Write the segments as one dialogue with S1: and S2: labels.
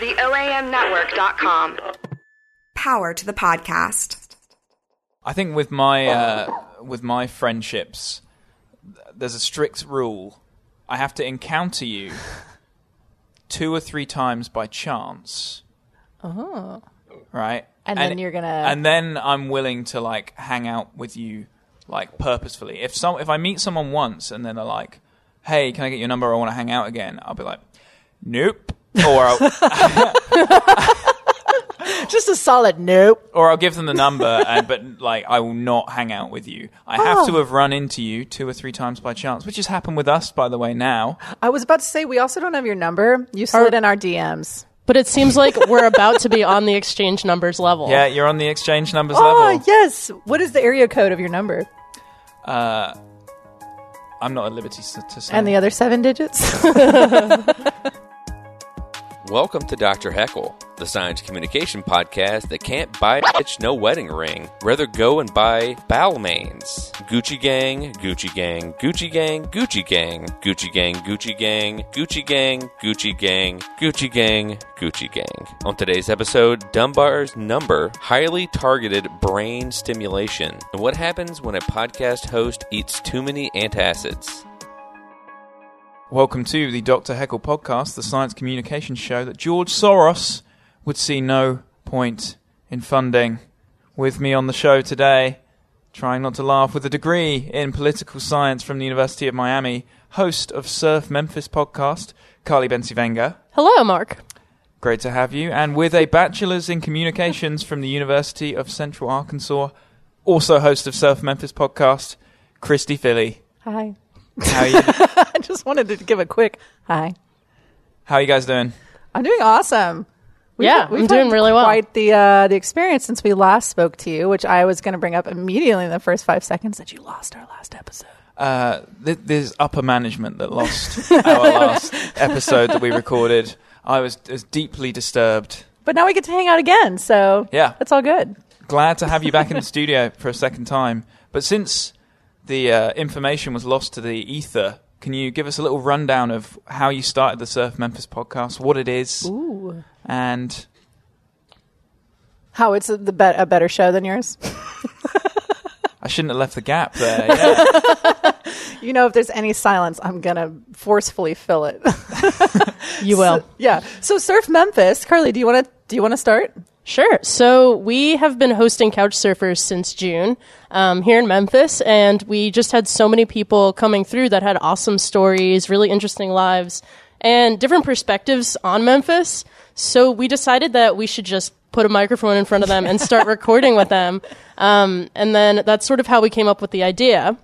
S1: The OAMnetwork.com.
S2: Power to the podcast.
S3: I think with my uh, with my friendships, th- there's a strict rule. I have to encounter you two or three times by chance. Oh. Right.
S4: Uh-huh. And then you're gonna-
S3: And then I'm willing to like hang out with you, like purposefully. If some if I meet someone once and then they're like, "Hey, can I get your number? I want to hang out again." I'll be like, "Nope." Or I'll,
S4: Just a solid nope.
S3: or I'll give them the number, and, but like I will not hang out with you. I have
S4: Oh.
S3: to have run into you two or three times by chance, which has happened with us, by the way. Now,
S4: I was about to say we also don't have your number. You slid in our DMs.
S5: But it seems like we're about to be on the exchange numbers level.
S3: yeah, you're on the exchange numbers
S4: Oh
S3: level.
S4: yes. What is the area code of your number
S3: I'm not at liberty s- to say.
S4: and the other seven digits?
S6: Welcome to Dr. Heckle, the science communication podcast that can't buy bitch no wedding ring. Rather go and buy Balmains. Gucci Gang, Gucci Gang, Gucci Gang, Gucci Gang, Gucci Gang, Gucci Gang, Gucci Gang, Gucci Gang, Gucci Gang, Gucci Gang. On today's episode, Dunbar's number, highly targeted brain stimulation, and what happens when a podcast host eats too many antacids.
S3: Welcome to the Dr. Heckle podcast, the science communication show that George Soros would see no point in funding. With me on the show today, trying not to laugh, with a degree in political science from the University of Miami, host of Surf Memphis podcast, Carly Bensivenga.
S5: Hello, Mark.
S3: Great to have you. And with a bachelor's in communications from the University of Central Arkansas, also host of Surf Memphis podcast, Christy Philly.
S4: hi.
S3: How you,
S4: I just wanted to give a quick hi.
S3: how you guys doing?
S4: I'm doing awesome. We've-
S5: Yeah,
S4: we've
S5: I'm doing
S4: had
S5: really well.
S4: Quite the uh, the experience since we last spoke to you, which I was going to bring up immediately in the first five seconds that you lost our last episode.
S3: uh, th- there's upper management that lost our last episode that we recorded. I was, was deeply disturbed.
S4: But now we get to hang out again, so
S3: Yeah.
S4: that's all good.
S3: Glad to have you back in the studio for a second time. But since the uh, information was lost to the ether, can you give us a little rundown of how you started the Surf Memphis podcast, what it is, and
S4: How it's a, the be- a better show than yours.
S3: I shouldn't have left the gap there. Yeah.
S4: You know, if there's any silence, I'm going to forcefully fill it.
S5: You will.
S4: yeah. So Surf Memphis, Carly, do you want to do you want to start?
S5: Sure. So we have been hosting couch surfers since June um, here in Memphis, and we just had so many people coming through that had awesome stories, really interesting lives, and different perspectives on Memphis. So we decided that we should just put a microphone in front of them and start recording with them. Um, and then that's sort of how we came up with the idea.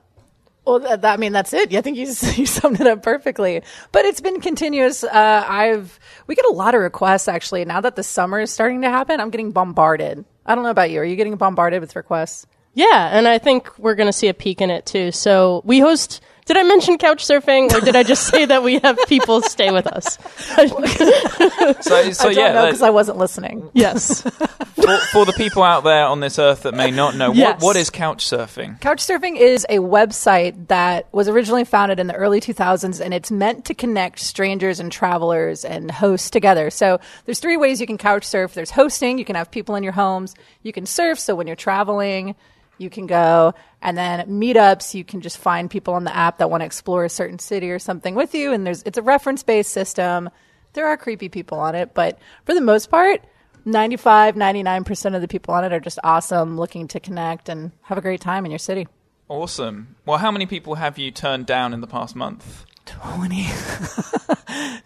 S4: Well, that, that- I mean, that's it. I think you, s- you summed it up perfectly. But it's been continuous. Uh, I've we get a lot of requests actually. Now that the summer is starting to happen, I'm getting bombarded. I don't know about you. Are you getting bombarded with requests?
S5: Yeah, and I think we're going to see a peak in it too. So we host. Did I mention couch surfing, or did I just say that we have people stay with us?
S3: So, so
S4: I don't
S3: yeah,
S4: know
S3: that-
S4: because I wasn't listening.
S5: yes.
S3: for, for the people out there on this earth that may not know,
S5: Yes.
S3: what, what is couch surfing?
S4: Couchsurfing is a website that was originally founded in the early 2000s and it's meant to connect strangers and travelers and hosts together. So there's three ways you can couch surf. There's hosting, you can have people in your homes, you can surf so when you're traveling, you can go and then meetups, you can just find people on the app that want to explore a certain city or something with you and there's it's a reference-based system. There are creepy people on it, but for the most part, 95 99% of the people on it are just awesome looking to connect and have a great time in your city
S3: Awesome. Well, how many people have you turned down in the past month?
S4: 20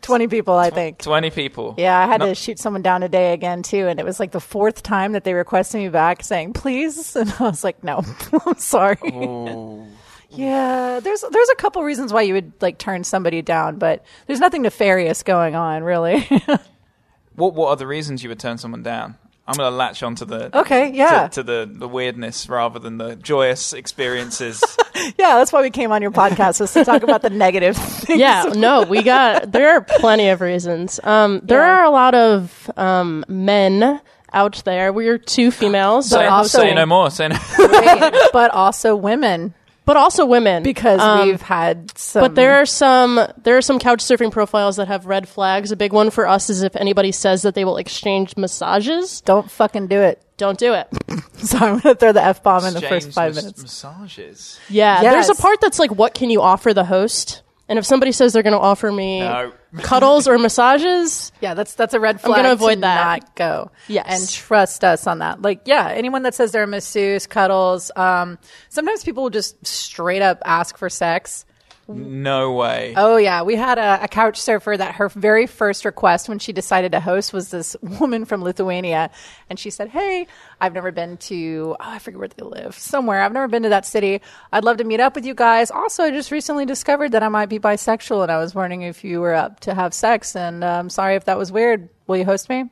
S4: 20 people i think
S3: 20 people.
S4: yeah i had to shoot someone down today again too and it was like the fourth time that they requested me back saying please and i was like no i'm sorry yeah there's there's a couple reasons why you would like turn somebody down but there's nothing nefarious going on really
S3: What what are the reasons you would turn someone down? I'm going to latch onto the
S4: Okay, yeah.
S3: to, to the, the weirdness rather than the joyous experiences.
S4: yeah that's why we came on your podcast was to talk about the negative things
S5: Yeah. No, we got. There are plenty of reasons. Um, there
S4: Yeah.
S5: are a lot of um, men out there. We're two females.
S4: But
S3: say,
S4: also-
S3: say no more. Say no.
S4: Right. but also women.
S5: but also women
S4: because
S5: Um,
S4: we've um, had some.
S5: But there are some there are some couch surfing profiles that have red flags. A big one for us is if anybody says that they will exchange massages,
S4: don't fucking do it.
S5: don't do it.
S4: So I'm going to throw the f bomb in the
S3: James
S4: first five
S3: mas-
S4: minutes.
S3: Massages.
S5: Yeah,
S4: Yes.
S5: there's a part that's like, what can you offer the host? And if somebody says they're going to offer me
S3: No.
S5: cuddles or massages,
S4: Yeah, that's that's a red flag.
S5: gonna avoid
S4: to
S5: that.
S4: Not go.
S5: Yes.
S4: and trust us on that. Like, yeah, anyone that says they're a masseuse, cuddles. Um, sometimes people will just straight up ask for sex.
S3: No way.
S4: Oh yeah, we had a, a couch surfer that her very first request when she decided to host was this woman from Lithuania, and she said, "Hey, I've never been to oh, I forget where they live somewhere. I've never been to that city. I'd love to meet up with you guys. Also, I just recently discovered that I might be bisexual, and I was wondering if you were up to have sex. And uh, I'm sorry if that was weird. Will you host me?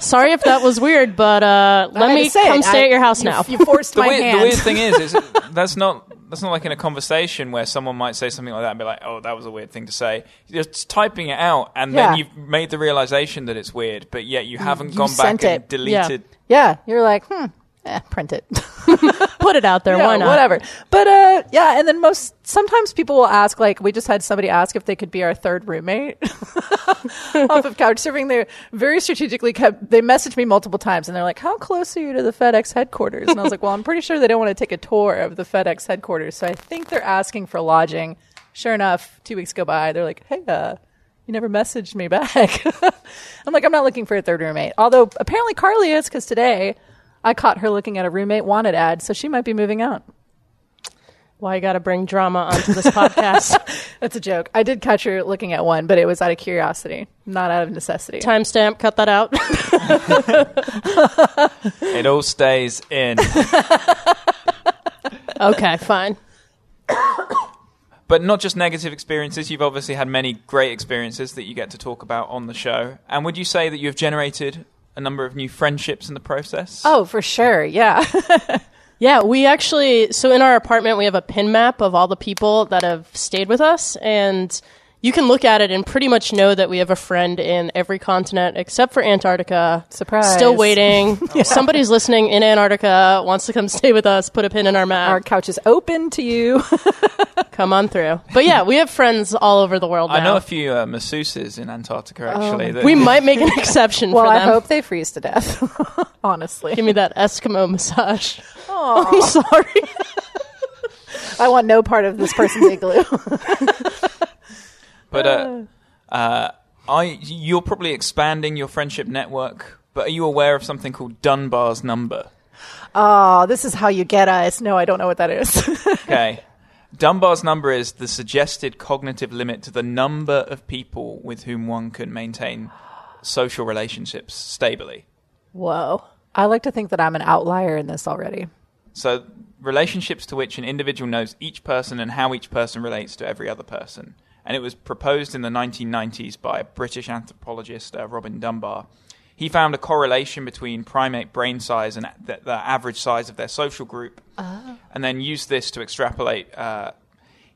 S5: sorry if that was weird, but uh,
S4: I
S5: let
S4: had
S5: me
S4: to say
S5: come
S4: it.
S5: stay
S4: I-
S5: at your house
S4: you-
S5: now.
S4: You forced
S3: the,
S4: my
S3: weird, the
S4: hand.
S3: weird thing is, is that's not that's not like in a conversation where someone might say something like that and be like, "Oh, that was a weird thing to say." You're just typing it out, and
S4: Yeah.
S3: then you've made the realization that it's weird, but yet you haven't
S4: you
S3: gone back
S4: sent
S3: and
S4: it.
S3: deleted.
S4: yeah, you're like, hmm, eh, print it.
S5: Put it out there.
S4: Yeah,
S5: why not?
S4: Whatever. But uh, yeah, and then most sometimes people will ask, like, we just had somebody ask if they could be our third roommate off of couch surfing. They very strategically kept. They messaged me multiple times, and they're like, "How close are you to the FedEx headquarters?" And I was like, "Well, I'm pretty sure they don't want to take a tour of the FedEx headquarters, so I think they're asking for lodging." Sure enough, two weeks go by. They're like, "Hey, uh." You never messaged me back. I'm like, I'm not looking for a third roommate. Although apparently Carly is, because today I caught her looking at a roommate wanted ad, so she might be moving out.
S5: Why you got to bring drama onto this podcast?
S4: That's a joke. I did catch her looking at one, but it was out of curiosity, not out of necessity.
S5: Timestamp. Cut that out.
S3: It all stays in.
S5: okay, fine.
S3: but not just negative experiences. You've obviously had many great experiences that you get to talk about on the show. And would you say that you have generated a number of new friendships in the process?
S4: Oh, for sure. Yeah.
S5: Yeah, we actually so in our apartment we have a pin map of all the people that have stayed with us and you can look at it and pretty much know that we have a friend in every continent except for Antarctica.
S4: Surprise.
S5: Still waiting. Somebody's listening in Antarctica wants to come stay with us, put a pin in our map.
S4: Our couch is open to you.
S5: come on through. But yeah, we have friends all over the world now.
S3: I know a few uh, masseuses in Antarctica actually. that-
S5: Oh, we might make an exception
S4: Well,
S5: for
S4: I
S5: them.
S4: hope they freeze to death. Honestly.
S5: Give me that Eskimo massage. I'm sorry.
S4: I want no part of this person's igloo.
S3: But uh, uh, I, you're probably expanding your friendship network. But are you aware of something called Dunbar's number?
S4: oh, this is how you get us. No, I don't know what that is.
S3: Okay. Dunbar's number is the suggested cognitive limit to the number of people with whom one can maintain social relationships stably.
S4: Whoa. I like to think that I'm an outlier in this already.
S3: So, relationships to which an individual knows each person and how each person relates to every other person. And it was proposed in the 1990s by British anthropologist uh, Robin Dunbar. He found a correlation between primate brain size and the, the average size of their social group, and then used this to extrapolate. Uh,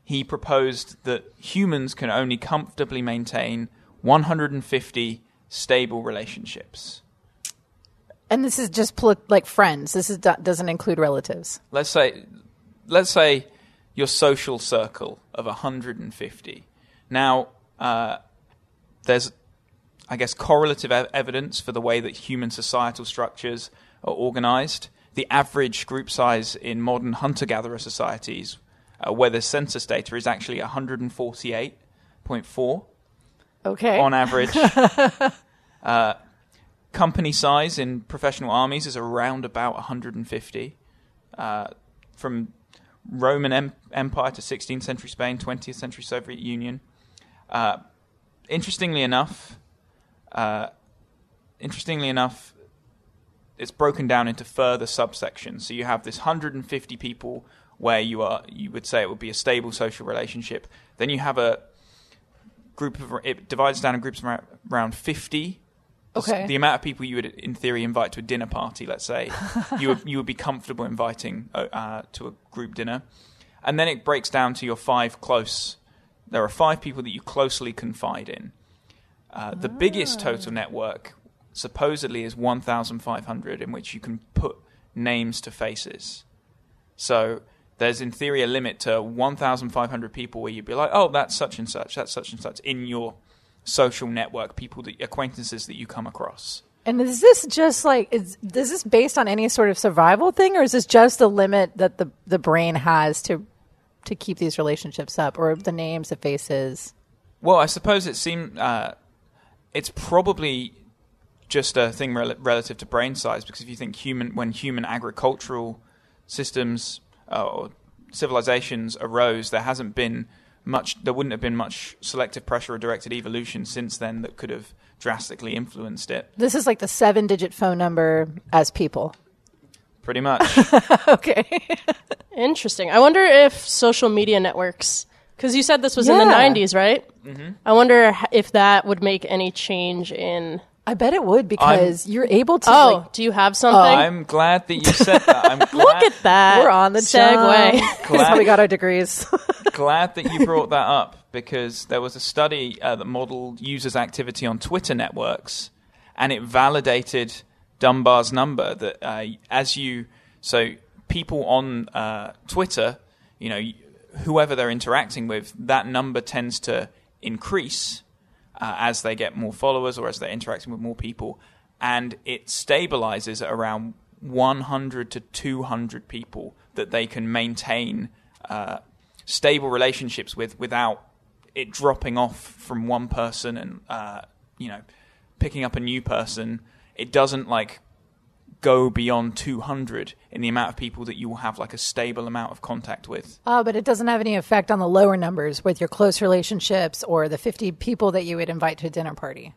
S3: he proposed that humans can only comfortably maintain 150 stable relationships.
S4: And this is just poli- like friends. This is doesn't include relatives.
S3: let's say let's say your social circle of 150 now uh, there's i guess correlative ev- evidence for the way that human societal structures are organized the average group size in modern hunter-gatherer societies uh, where the census data is actually 148.4
S4: Okay.
S3: on average. uh, company size in professional armies is around about 150. Uh, from Roman em- Empire to 16th century Spain, 20th century Soviet Union. Uh, interestingly enough, uh, interestingly enough, it's broken down into further subsections. So you have this 150 people where you are, you would say it would be a stable social relationship. Then you have a group of it divides down in groups around, around 50
S4: Okay.
S3: the amount of people you would in theory invite to a dinner party let's say you would you would be comfortable inviting uh, uh, to a group dinner and then it breaks down to your five close there are five people that you closely confide in uh, the biggest total network supposedly is 1500 in which you can put names to faces So there's in theory a limit to 1,500 people where you'd be like, oh, that's such and such, that's such and such in your social network, people that acquaintances that you come across.
S4: And is this just like is, is this based on any sort of survival thing, or is this just the limit that the the brain has to to keep these relationships up, or the names, the faces?
S3: Well, I suppose it seemed uh, it's probably just a thing rel- relative to brain size because if you think human when human agricultural systems uh, or civilizations arose, there hasn't been much. There wouldn't have been much selective pressure or directed evolution since then that could have drastically influenced it.
S4: This is like the seven digit phone number as people.
S3: Pretty much.
S4: Okay.
S5: Interesting. I wonder if social media networks, because you said this was in the
S4: Yeah.
S5: 90s, right? Mm-hmm. I wonder h- if that would make any change in.
S4: I bet it would because you're able to.
S5: Oh,
S4: like,
S5: do you have something?
S3: I'm glad that you said that. I'm glad,
S5: Look at that.
S4: we're on the
S5: segue.
S4: job. That's how we got our degrees.
S3: glad that you brought that up because there was a study uh, that modeled users' activity on Twitter networks, and it validated Dunbar's number that uh, as you so people on uh, Twitter, you know, whoever they're interacting with, that number tends to increase uh, as they get more followers or as they're interacting with more people, and it stabilizes at around 100 to 200 people that they can maintain uh, stable relationships with without it dropping off from one person and uh, you know picking up a new person. It doesn't like go beyond 200 in the amount of people that you will have like a stable amount of contact with.
S4: Oh, but it doesn't have any effect on the lower numbers with your close relationships or the 50 people that you would invite to a dinner party.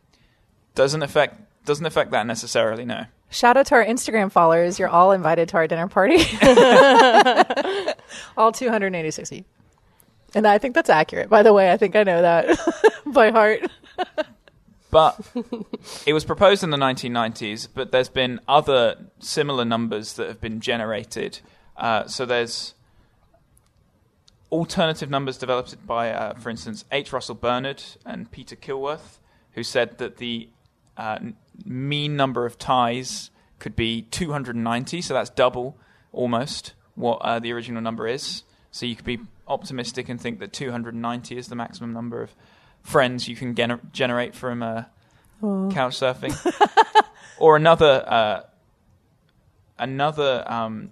S3: Doesn't affect doesn't affect that necessarily. No.
S4: Shout out to our Instagram followers. You're all invited to our dinner party. all 286 of you. And I think that's accurate. By the way, I think I know that by heart.
S3: But it was proposed in the 1990s, but there's been other similar numbers that have been generated. Uh, so there's alternative numbers developed by, uh, for instance, H. Russell Bernard and Peter Kilworth, who said that the uh, n- mean number of ties could be 290, so that's double almost what uh, the original number is. So you could be optimistic and think that 290 is the maximum number of friends you can gener- generate from uh, couch surfing, or another uh, another um,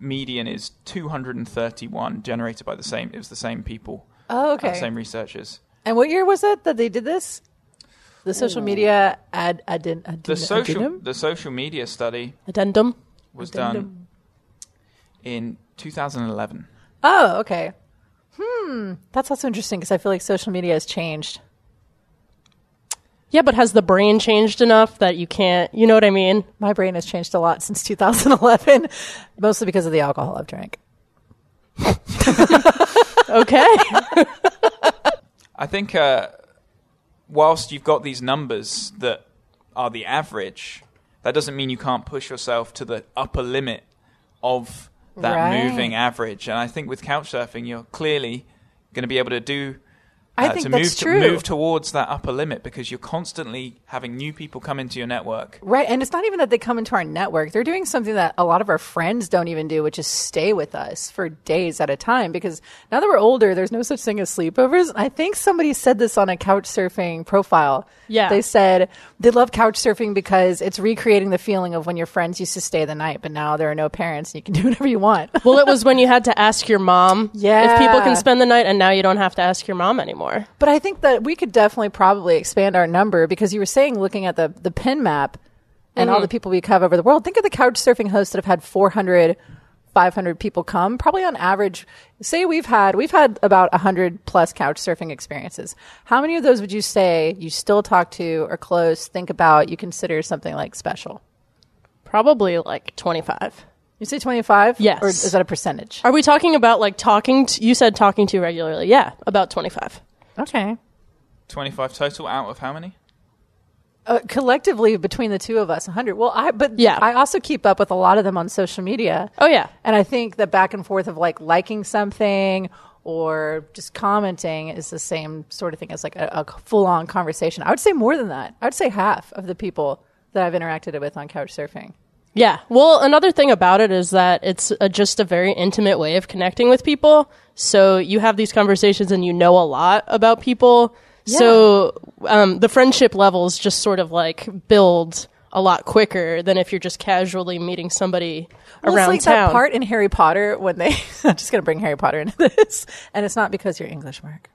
S3: median is 231 generated by the same it was the same people
S4: Oh,
S3: uh,
S4: okay.
S3: same researchers
S4: And what year was it that they did this? The social media ad, adden, adden,
S3: the social
S4: addendum?
S3: the social media study
S5: Addendum.
S3: was done in 2011
S4: Oh, okay. Hmm. That's also interesting because I feel like social media has changed.
S5: Yeah, but has the brain changed enough that you can't, you know what I mean?
S4: My brain has changed a lot since 2011, mostly because of the alcohol I've drank.
S5: Okay.
S3: I think uh, whilst you've got these numbers that are the average, that doesn't mean you can't push yourself to the upper limit of that
S4: Right.
S3: moving average. And I think with couch surfing, you're clearly going to be able to do.
S4: I
S3: uh,
S4: think
S3: to
S4: that's
S3: move, to-
S4: true.
S3: move towards that upper limit because you're constantly having new people come into your network.
S4: Right. And it's not even that they come into our network. They're doing something that a lot of our friends don't even do, which is stay with us for days at a time. Because now that we're older, there's no such thing as sleepovers. I think somebody said this on a couch surfing profile.
S5: Yeah.
S4: They said they love couch surfing because it's recreating the feeling of when your friends used to stay the night, but now there are no parents and you can do whatever you want.
S5: well, it was when you had to ask your mom
S4: Yeah.
S5: if people can spend the night, and now you don't have to ask your mom anymore.
S4: But I think that we could definitely probably expand our number because you were saying looking at the the pin map and
S5: Mm-hmm.
S4: all the people we cover over the world. Think of the couch surfing hosts that have had 400 500 people come probably on average say we've had we've had about 100 plus couch surfing experiences how many of those would you say you still talk to or close think about you consider something like special
S5: Probably like 25.
S4: you say 25
S5: Yes.
S4: or is that a percentage
S5: Are we talking about like talking to, you said talking to regularly. Yeah, about 25.
S4: okay
S3: 25 total out of how many?
S4: uh, collectively between the two of us 100 well i but
S5: Yeah.
S4: i also keep up with a lot of them on social media
S5: Oh, yeah.
S4: And I think the back and forth of like liking something or just commenting is the same sort of thing as like a, a full on conversation. I would say more than that. I would say half of the people that I've interacted with on couch surfing.
S5: Yeah. Well, another thing about it is that it's a, just a very intimate way of connecting with people. So you have these conversations and you know a lot about people. So um, the friendship levels just sort of like build a lot quicker than if you're just casually meeting somebody
S4: Well,
S5: around
S4: it's like
S5: town.
S4: that part in Harry Potter when they. I'm just going to bring Harry Potter into this, and it's not because you're English, Mark.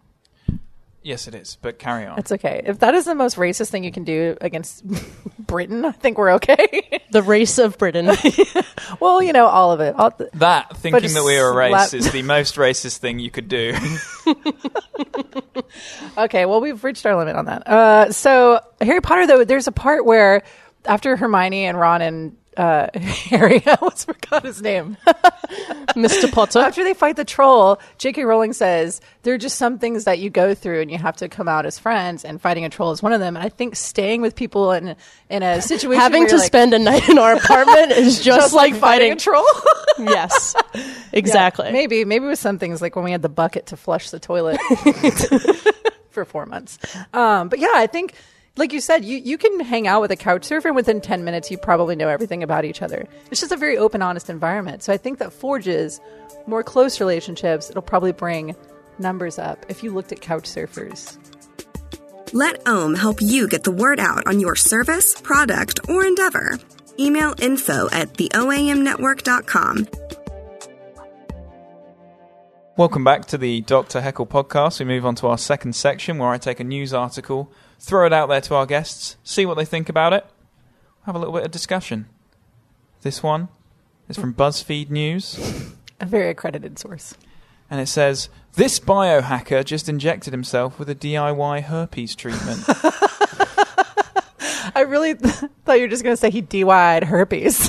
S3: Yes, it is. But carry on.
S4: It's okay. If that is the most racist thing you can do against Britain, I think we're okay.
S5: the race of Britain.
S4: well, you know, all of it. All the,
S3: that thinking
S4: just
S3: that we are a race
S4: slap-
S3: is the most racist thing you could do.
S4: Okay, well, we've reached our limit on that. Uh, so Harry Potter, though, there's a part where after Hermione and Ron and uh, Harry, I almost forgot his name.
S5: Mr. Potter.
S4: after they fight the troll, J.K. Rowling says there are just some things that you go through and you have to come out as friends, and fighting a troll is one of them. And I think staying with people in in a situation
S5: Having
S4: where
S5: to
S4: you're like,
S5: spend a night in our apartment is just, like,
S4: fighting a
S5: fighting.
S4: troll.
S5: yes. Exactly.
S4: maybe maybe with some things like when we had the bucket to flush the toilet for four months. Um, but yeah, I think like you said, you you can hang out with a couch surfer and within ten minutes you probably know everything about each other. It's just a very open, honest environment. So I think that forges more close relationships. It'll probably bring numbers up if you looked at couch surfers.
S2: Let Ohm help you get the word out on your service, product, or endeavor. Email info at theoamnetwork.com.
S3: Welcome back to the Dr. Heckle podcast. We move on to our second section where I take a news article, throw it out there to our guests, see what they think about it, have a little bit of discussion. This one is from BuzzFeed News,
S4: A very accredited source.
S3: and it says This biohacker just injected himself with a DIY herpes treatment.
S4: I really thought you were just going to say he DY'd herpes.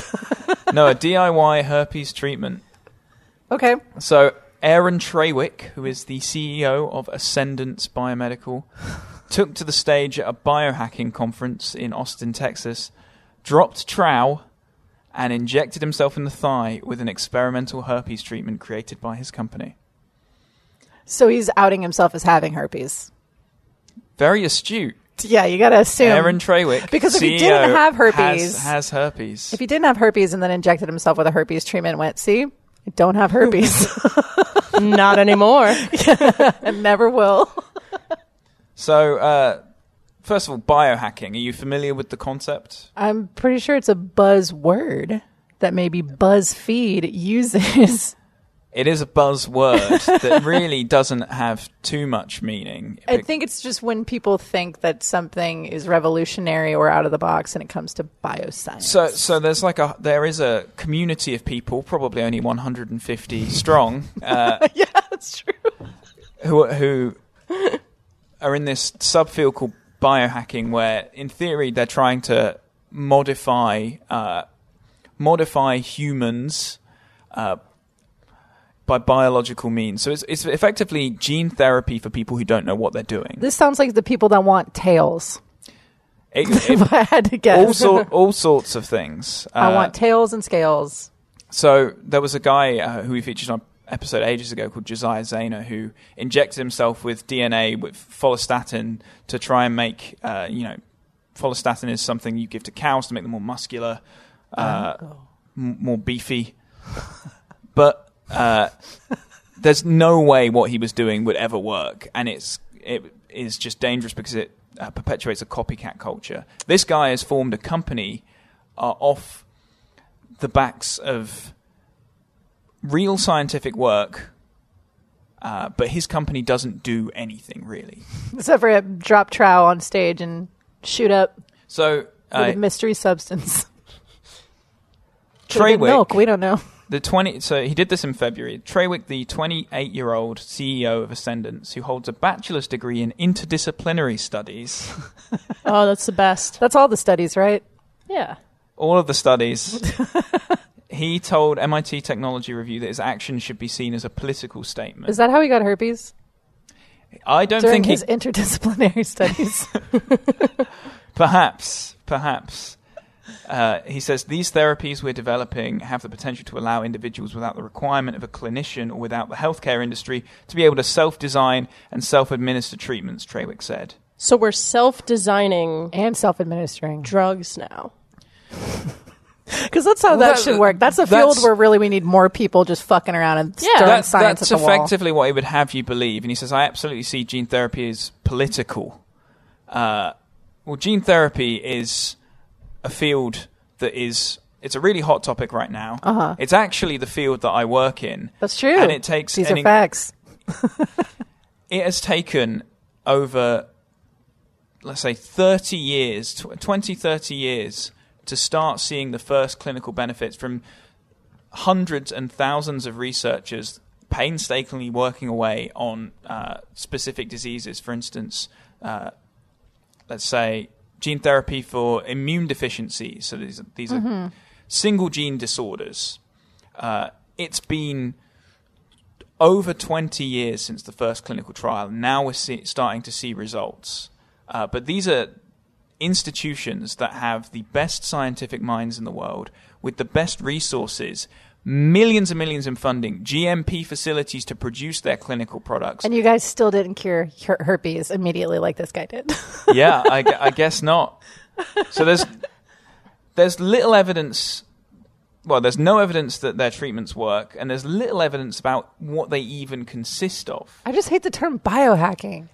S3: no, a DIY herpes treatment.
S4: okay.
S3: So, Aaron Trawick, who is the CEO of Ascendance Biomedical, took to the stage at a biohacking conference in Austin, Texas, dropped trow, and injected himself in the thigh with an experimental herpes treatment created by his company.
S4: So he's outing himself as having herpes.
S3: Very astute.
S4: Yeah, you got to assume.
S3: Aaron Trawick,
S4: Because if he
S3: CEO,
S4: didn't have herpes-
S3: has, has herpes.
S4: If he didn't have herpes and then injected himself with a herpes treatment, went, see, I don't have herpes
S5: Not anymore.
S4: and never will.
S3: So, uh, first of all, biohacking. Are you familiar with the concept?
S4: I'm pretty sure it's a buzzword that maybe BuzzFeed uses.
S3: It is a buzzword that really doesn't have too much meaning.
S4: I think it's just when people think that something is revolutionary or out of the box and it comes to bioscience.
S3: So, so there's like a there is a community of people, probably only 150 strong, uh,
S4: yeah, that's true.
S3: who who are in this subfield called biohacking, where in theory they're trying to modify uh, modify humans uh, by biological means. So it's it's effectively gene therapy for people who don't know what they're doing.
S4: This sounds like the people that want tails.
S3: It- it-
S4: If I had to guess,
S3: all sort all sorts of things.
S4: I
S3: Uh,
S4: want tails and scales.
S3: So there was a guy uh, who we featured on episode ages ago called Josiah Zana who injected himself with DNA with follistatin to try and make uh, you know follistatin is something you give to cows to make them more muscular, uh, m- more beefy. but uh, there's no way what he was doing would ever work, and it's it is just dangerous because it uh, perpetuates a copycat culture. This guy has formed a company uh, off the backs of real scientific work, uh, but his company doesn't do anything really.
S4: Except for a drop trow on stage and shoot up
S3: So
S4: with
S3: uh,
S4: a mystery substance. Could have been
S3: Trawick,
S4: Milk, we don't know.
S3: the twenty. So he did this in February. Trawick, the twenty-eight-year-old CEO of Ascendance, who holds a bachelor's degree in interdisciplinary studies.
S5: Oh, that's the best.
S4: That's all the studies, right?
S5: Yeah.
S3: all of the studies. he told MIT Technology Review that his action should be seen as a political statement.
S4: Is that how he got herpes?
S3: I don't
S4: During
S3: think he.
S4: his interdisciplinary studies.
S3: Perhaps, perhaps. Uh, he says these therapies we're developing have the potential to allow individuals without the requirement of a clinician or without the healthcare industry to be able to self design and self administer treatments, Trawick said.
S5: So we're self designing
S4: and self administering.
S5: drugs now.
S4: Because that's how that,
S3: that-
S4: should work. That's a
S3: that's-
S4: field where really we need more people just fucking around and
S5: Yeah.
S4: stirring
S5: That-
S4: science
S3: that's
S4: at the wall.
S3: effectively what he would have you believe. And he says, I absolutely see gene therapy as political. Uh, well, gene therapy is a field that is. It's a really hot topic right now. Uh-huh. It's actually the field that I work in.
S4: That's true.
S3: And it takes
S4: these
S3: an
S4: are
S3: in-
S4: facts.
S3: it has taken over let's say 30 years tw- 20 30 years to start seeing the first clinical benefits from hundreds and thousands of researchers painstakingly working away on uh, specific diseases for instance uh, let's say gene therapy for immune deficiency so these are, these are single gene disorders uh, it's been over 20 years since the first clinical trial. Now we're see, starting to see results. Uh, but these are institutions that have the best scientific minds in the world with the best resources, millions and millions in funding, GMP facilities to produce their clinical products.
S4: And you guys still didn't cure her- herpes immediately like this guy did.
S3: yeah, I, gu- I guess not. So there's there's little evidence. Well, there's no evidence that their treatments work, and there's little evidence about what they even consist of.
S4: I just hate the term biohacking.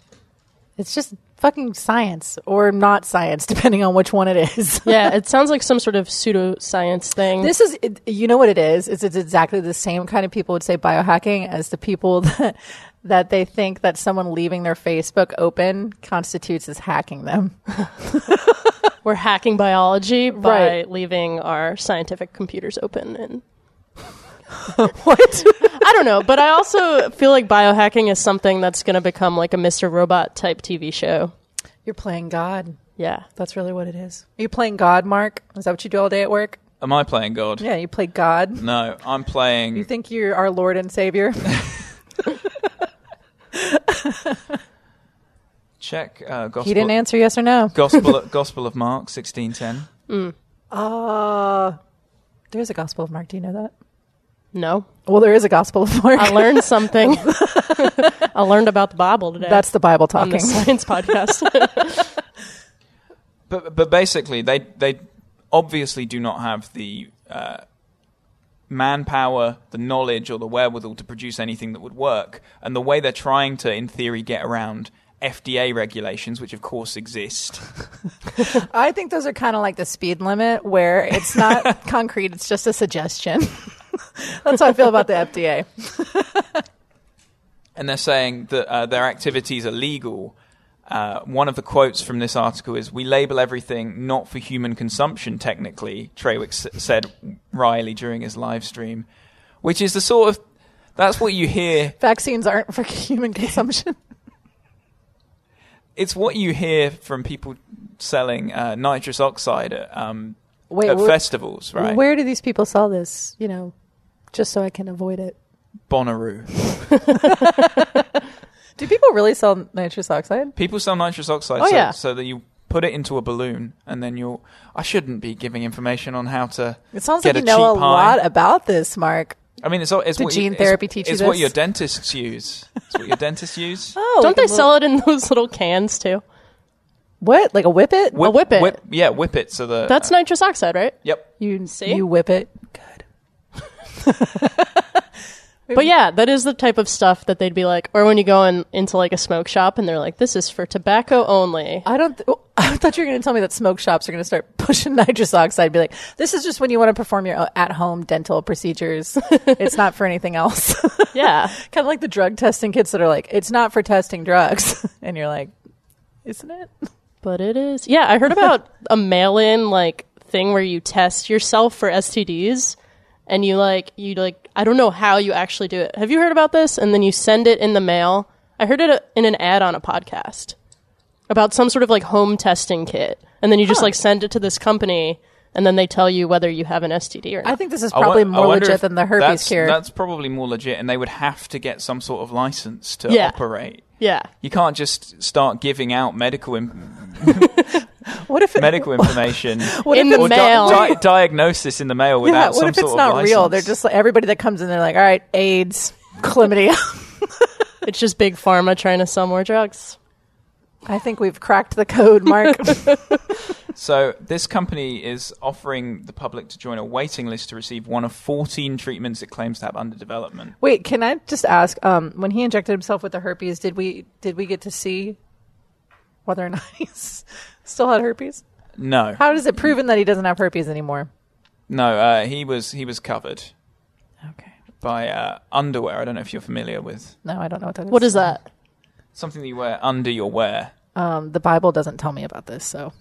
S4: It's just fucking science or not science, depending on which one it is.
S5: yeah, it sounds like some sort of pseudoscience thing.
S4: This is, it- you know what it is? It's, it's exactly the same kind of people would say biohacking as the people that, that they think that someone leaving their Facebook open constitutes as hacking them.
S5: We're hacking biology by
S4: Right.
S5: leaving our scientific computers open and
S4: What?
S5: I don't know, but I also feel like biohacking is something that's going to become like a Mr. Robot type TV show.
S4: You're playing God.
S5: Yeah.
S4: That's really what it is. Are you playing God, Mark? Is that what you do all day at work?
S3: Am I playing God?
S4: Yeah, you play God.
S3: No, I'm playing.
S4: You think you're our Lord and Savior?
S3: Check uh, gospel.
S4: he didn't answer yes or no.
S3: Gospel, Gospel of Mark, sixteen ten.
S4: Uh, there's a Gospel of Mark. Do you know that?
S5: No.
S4: Well, there is a Gospel of Mark.
S5: I learned something. I learned about the Bible today.
S4: That's the Bible
S5: on
S4: talking.
S5: the science podcast.
S3: But but basically, they they obviously do not have the uh, manpower, the knowledge, or the wherewithal to produce anything that would work. And the way they're trying to, in theory, get around FDA regulations, which of course exist.
S4: I think those are kind of like the speed limit where it's not concrete, it's just a suggestion. That's how I feel about the FDA.
S3: and they're saying that uh, their activities are legal. Uh, one of the quotes from this article is We label everything not for human consumption, technically, Trawick s- said wryly during his live stream, which is the sort of that's what you hear.
S4: Vaccines aren't for human consumption.
S3: It's what you hear from people selling uh, nitrous oxide at, um,
S4: Wait,
S3: at
S4: wh-
S3: festivals, right?
S4: where do these people sell this? You know, just so I can avoid it.
S3: Bonnaroo.
S4: Do people really sell nitrous oxide?
S3: People sell nitrous oxide
S5: Oh,
S3: so,
S5: yeah.
S3: so that you put it into a balloon and then you'll. I shouldn't be giving information on how to.
S4: It sounds
S3: get
S4: like you
S3: a
S4: know a
S3: cheap high.
S4: lot about this, Mark.
S3: I mean, it's, all- it's
S4: Did
S3: what
S4: gene
S3: it's-
S4: therapy teach you
S3: It's what
S4: this?
S3: your dentists use. It's what your dentists use.
S4: Oh,
S5: Don't they sell it in those little cans too?
S4: what? Like a whippet?
S3: Whip-
S5: whip it.
S3: yeah, whip it. So the
S5: That's
S3: uh,
S5: nitrous oxide, right?
S3: Yep.
S4: You
S5: See?
S4: you whip it. Good.
S5: But yeah, that is the type of stuff that they'd be like, or when you go in, into like a smoke shop and they're like, this is for tobacco only.
S4: I don't. Th- oh, I thought you were going to tell me that smoke shops are going to start pushing nitrous oxide. Be like, this is just when you want to perform your at home dental procedures. it's not for anything else.
S5: Yeah.
S4: kind of like the drug testing kits that are like, it's not for testing drugs, and you're like, isn't it?
S5: But it is. Yeah, I heard about a mail-in like thing where you test yourself for STDs and you like you like I don't know how you actually do it. Have you heard about this? And then you send it in the mail. I heard it uh, in an ad on a podcast about some sort of like home testing kit. And then you just like send it to this company and then they tell you whether you have an STD or
S4: I
S5: not.
S4: think this is
S3: I won-
S4: probably
S3: I
S4: more
S3: wonder
S4: legit
S3: if
S4: than the herpes
S3: that's,
S4: cure.
S3: That's probably more legit, and they would have to get some sort of license to
S5: Yeah.
S3: operate.
S5: yeah.
S3: You can't just start giving out medical im-
S4: what if it,
S3: medical information
S4: What
S5: In
S4: if
S5: the
S4: it-
S3: di-
S5: mail.
S3: di- diagnosis in the mail without
S4: Yeah,
S3: some
S4: what if
S3: sort
S4: it's
S3: of
S4: not
S3: license.
S4: real? They're just like everybody that comes in. They're like, all right, AIDS, chlamydia.
S5: It's just big pharma trying to sell more drugs.
S4: I think we've cracked the code, Mark.
S3: So this company is offering the public to join a waiting list to receive one of 14 treatments it claims to have under development.
S4: Wait, can I just ask? Um, when he injected himself with the herpes, did we did we get to see whether or not he's still had herpes?
S3: No,
S4: How is it proven that he doesn't have herpes anymore?
S3: no, uh, he was he was covered
S4: Okay.
S3: by uh, underwear. I don't know if you're familiar with
S4: No, I don't know what that is.
S5: What is that?
S3: something that you wear under your wear.
S4: Um, the Bible doesn't tell me about this, so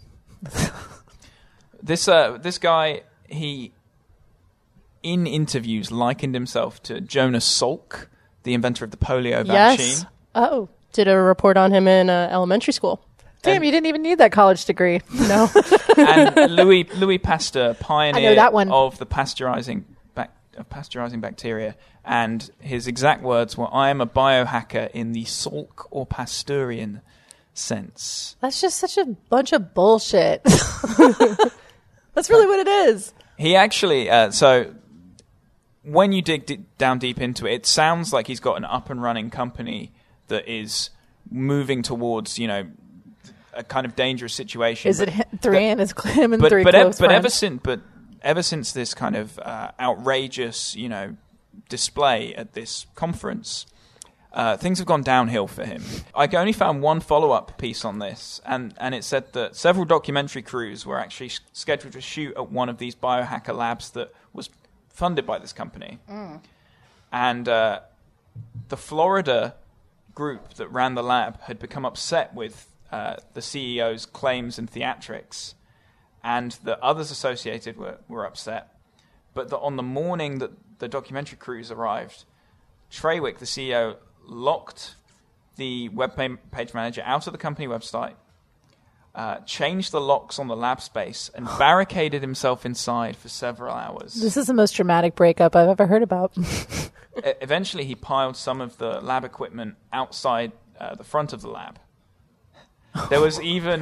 S3: This uh, this guy he in interviews likened himself to Jonas Salk, the inventor of the polio
S5: Yes.
S3: vaccine.
S5: Oh, did a report on him in uh, elementary school.
S4: damn, you didn't even need that college degree.
S5: No.
S3: and Louis Louis Pasteur, pioneer
S4: that one.
S3: of the pasteurizing bac- of pasteurizing bacteria, and his exact words were, "I am a biohacker in the Salk or Pasteurian sense."
S4: That's just such a bunch of bullshit. That's really what it is.
S3: He actually, uh, so when you dig d- down deep into it, it sounds like he's got an up and running company that is moving towards, you know, a kind of dangerous situation.
S4: Is it
S3: but-
S4: hi- three and his him and
S3: but
S4: three
S3: but, ev-
S4: close
S3: but ever
S4: friends?
S3: since but ever since this kind of uh, outrageous you know display at this conference uh, things have gone downhill for him. I only found one follow-up piece on this, and, and it said that several documentary crews were actually s- scheduled to shoot at one of these biohacker labs that was funded by this company.
S4: Mm.
S3: And uh, the Florida group that ran the lab had become upset with uh, the CEO's claims and theatrics, and the others associated were, were upset. But the, on the morning that the documentary crews arrived, Trawick, the CEO, locked the web pa- page manager out of the company website, uh, changed the locks on the lab space, and barricaded himself inside for several hours.
S4: This is the most dramatic breakup I've ever heard about.
S3: E- eventually he piled some of the lab equipment outside uh, the front of the lab. There was even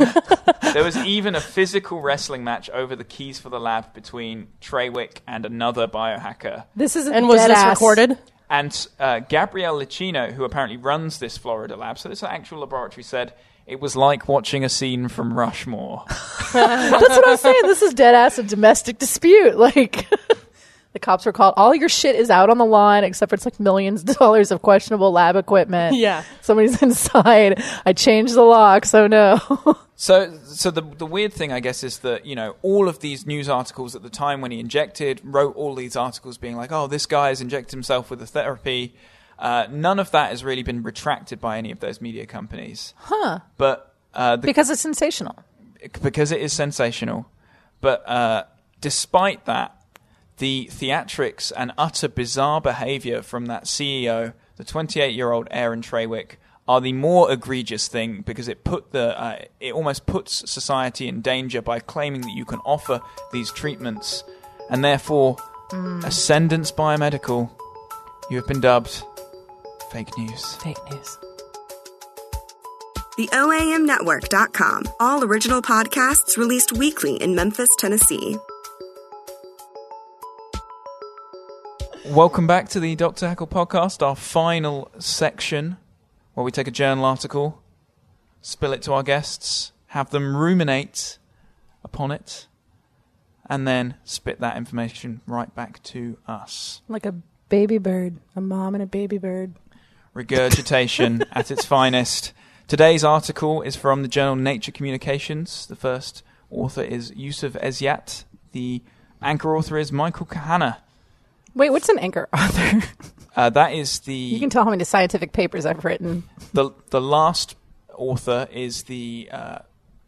S3: there was even a physical wrestling match over the keys for the lab between Treywick and another biohacker.
S4: This isn't
S5: and was
S4: dead
S5: this
S4: ass.
S5: recorded?
S3: And uh, Gabrielle Licino, who apparently runs this Florida lab, so this actual laboratory said it was like watching a scene from Rushmore.
S4: That's what I'm saying. This is dead ass a domestic dispute. Like the cops were called. All your shit is out on the line, except for it's like millions of dollars of questionable lab equipment.
S5: Yeah.
S4: somebody's inside. I changed the locks. Oh no.
S3: So, so the the weird thing, I guess, is that you know all of these news articles at the time when he injected wrote all these articles being like, "Oh, this guy has injected himself with a therapy." Uh, none of that has really been retracted by any of those media companies. Huh. But uh, the,
S4: because it's sensational.
S3: because it is sensational. But uh, despite that, the theatrics and utter bizarre behavior from that CEO, the 28 year old Aaron Trawick, are the more egregious thing because it put the uh, it almost puts society in danger by claiming that you can offer these treatments and therefore ascendance biomedical you have been dubbed fake news
S4: Fake news.
S2: The OAMnetwork.com. All original podcasts released weekly in Memphis, Tennessee.
S3: Welcome back to the Dr. Hackle podcast, our final section where we take a journal article, spill it to our guests, have them ruminate upon it, and then spit that information right back to us.
S4: Like a baby bird, a mom and a baby bird.
S3: Regurgitation at its finest. Today's article is from the journal Nature Communications. The first author is Yusuf Eziat, the anchor author is Michael Kahana.
S4: Wait, what's an anchor author?
S3: Uh, that is the
S4: you can tell how many scientific papers I've written.
S3: the the last author is the uh,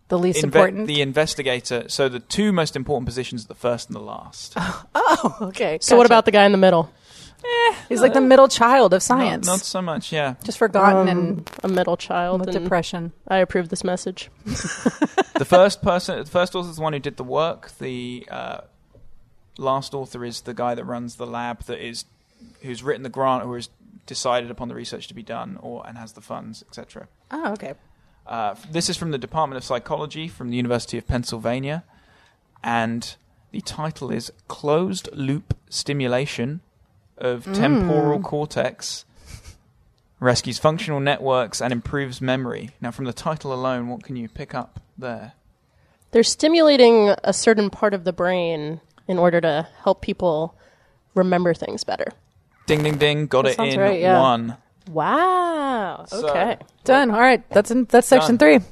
S4: The least
S3: inve-
S4: important.
S3: the investigator. So the two most important positions are the first and the last.
S4: Ah,
S3: Not-
S4: Oh, okay.
S5: So what about the guy in the middle?
S4: He's like the middle child of science.
S3: Not, so much, yeah.
S4: just forgotten and
S5: A middle child.
S4: with
S5: and
S4: depression.
S5: I approve this message.
S3: The first person, the first author is the one who did the work. The uh, last author is the guy that runs the lab that is who's written the grant or has decided upon the research to be done or and has the funds, etc.
S4: Oh, okay.
S3: Uh, f- this is from the Department of Psychology from the University of Pennsylvania, and the title is Closed Loop Stimulation of
S4: Mm.
S3: Temporal Cortex Rescues Functional Networks and Improves Memory. Now, from the title alone, what can you pick up there?
S5: they're stimulating a certain part of the brain in order to help people remember things better.
S3: Ding, ding, ding. Got
S4: That
S3: it
S4: sounds
S3: in
S4: right, yeah.
S3: one.
S4: Oh,
S5: Wow.
S3: So-
S5: Okay.
S4: Done. All right. That's in, that's section
S3: Done.
S4: three.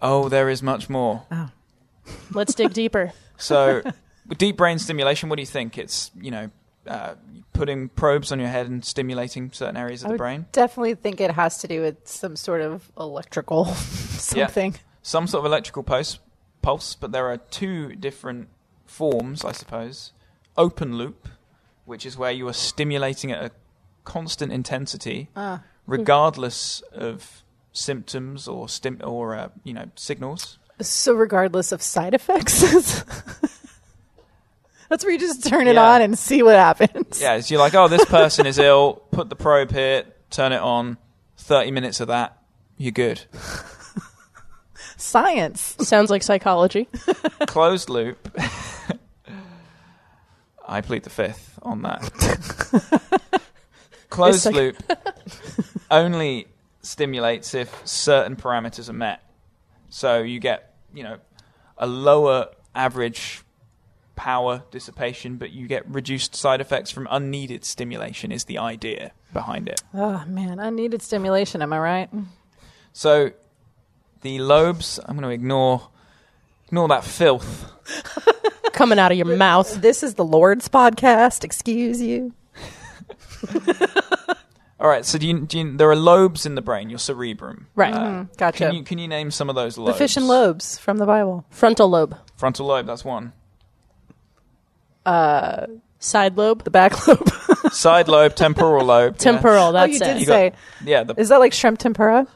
S3: Oh, there is much more.
S4: Uh-huh.
S5: Let's dig deeper.
S3: So, with deep brain stimulation, what do you think? It's, you know, uh, putting probes on your head and stimulating certain areas of the brain?
S4: Definitely think it has to do with some sort of electrical something.
S3: Some sort of electrical pulse, pulse, but there are two different forms, I suppose. Open loop, which is where you are stimulating at a constant intensity, regardless of symptoms or stim- or uh, you know signals.
S4: So regardless of side effects, that's where you just turn it
S3: Yeah.
S4: on and see what happens.
S3: Yeah, so you're like, oh, this person is ill. Put the probe here, turn it on. Thirty minutes of that, you're good.
S4: Science.
S5: Sounds like psychology.
S3: Closed loop. I plead the fifth on that. Closed
S5: It's
S3: loop
S5: like-
S3: only stimulates if certain parameters are met. So you get, you know, a lower average power dissipation, but you get reduced side effects from unneeded stimulation, is the idea behind it.
S4: Oh man, unneeded stimulation. Am I right?
S3: So the lobes, I'm going to ignore. Ignore that filth.
S5: Coming out of your mouth.
S4: This is the Lord's podcast. Excuse you.
S3: All right. So do you, do you, there are lobes in the brain, your cerebrum.
S5: Right.
S4: Mm-hmm. Gotcha.
S3: Uh, Can you can you name some of those
S4: the
S3: lobes?
S4: fish and lobes from the Bible.
S5: Frontal lobe.
S3: Frontal lobe. That's one.
S5: Side lobe.
S4: The back lobe.
S3: Side lobe, temporal lobe. yeah.
S5: Temporal.
S4: oh,
S5: That's
S4: you
S5: it.
S4: did
S3: got-
S4: say.
S3: Yeah. the,
S4: Is that like shrimp tempura?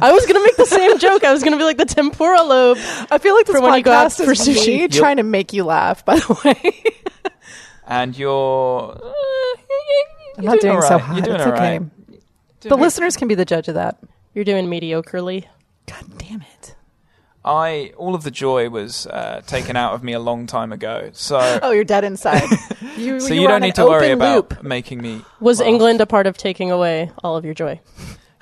S5: I was gonna make the same joke. I was gonna be like the temporal lobe.
S4: I feel like this
S5: For when you go out
S4: podcast is
S5: for
S4: sushi.
S5: sushi.
S4: me
S5: Yep.
S4: trying to make you laugh. By the way,
S3: and your.
S4: I'm not doing
S3: all
S4: so
S3: right.
S4: hot.
S3: You're doing
S4: it's
S3: all
S4: okay.
S3: right.
S4: The listeners can be the judge of that.
S5: You're doing mediocrely.
S4: God damn it!
S3: I all of the joy was uh, taken out of me a long time ago. So
S4: Oh, you're dead inside. You,
S3: so
S4: Oh, you,
S3: you,
S4: were
S3: don't
S4: on
S3: need
S4: an
S3: to worry
S4: open
S3: about
S4: loop.
S3: making me.
S5: Was
S3: laugh.
S5: England a part of taking away all of your joy?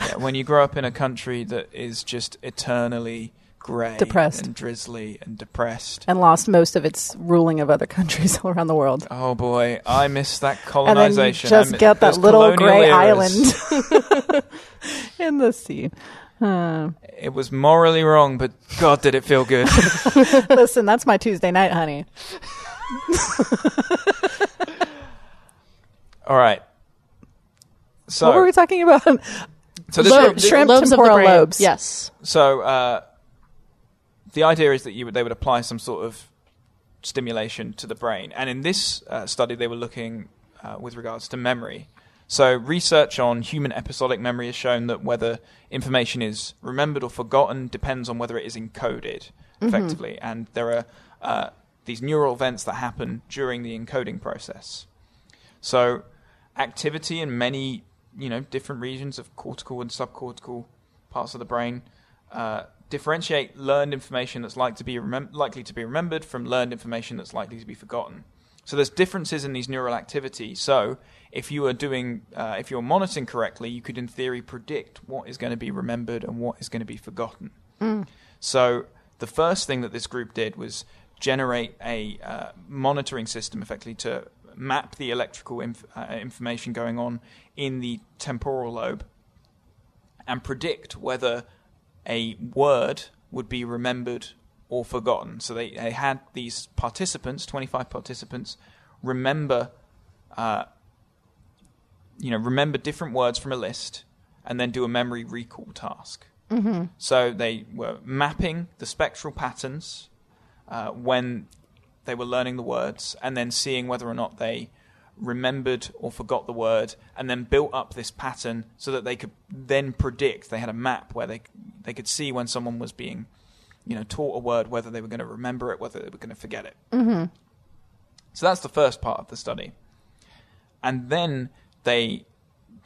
S3: Yeah, when you grow up in a country that is just eternally grey,
S4: Depressed.
S3: and drizzly, and depressed?
S4: and lost most of its ruling of other countries all around the world.
S3: Oh boy, I miss that
S4: And then you
S3: colonization. I
S4: just
S3: mi-
S4: get
S3: those
S4: that little
S3: colonial
S4: gray
S3: eras.
S4: island in the sea.
S3: It was morally wrong, but God, did it feel good.
S4: Listen, that's my Tuesday night, honey.
S3: All right. So,
S4: what were we talking about?
S3: so this
S4: Lobe. Shrimp temporal
S5: brain.
S4: lobes.
S5: Yes.
S3: so uh, the idea is that you would, they would apply some sort of stimulation to the brain, and in this uh, study, they were looking uh, with regards to memory. So, research on human episodic memory has shown that whether information is remembered or forgotten depends on whether it is encoded
S4: Mm-hmm.
S3: effectively, and there are uh, these neural events that happen during the encoding process. So, activity in many you know different regions of cortical and subcortical parts of the brain uh, differentiate learned information that's like to be remem- likely to be remembered from learned information that's likely to be forgotten. So there's differences in these neural activity. So if you are doing, uh, if you're monitoring correctly, you could in theory predict what is going to be remembered and what is going to be forgotten. So the first thing that this group did was generate a uh, monitoring system, effectively to map the electrical inf- uh, information going on in the temporal lobe and predict whether a word would be remembered or forgotten. So they, they had these participants, 25 participants, remember, uh, you know, remember different words from a list and then do a memory recall task. Mm-hmm. So they were mapping the spectral patterns uh, when they were learning the words and then seeing whether or not they remembered or forgot the word and then built up this pattern so that they could then predict they had a map where they they could see when someone was being you know taught a word whether they were going to remember it whether they were going to forget it mm-hmm. so that's the first part of the study and then they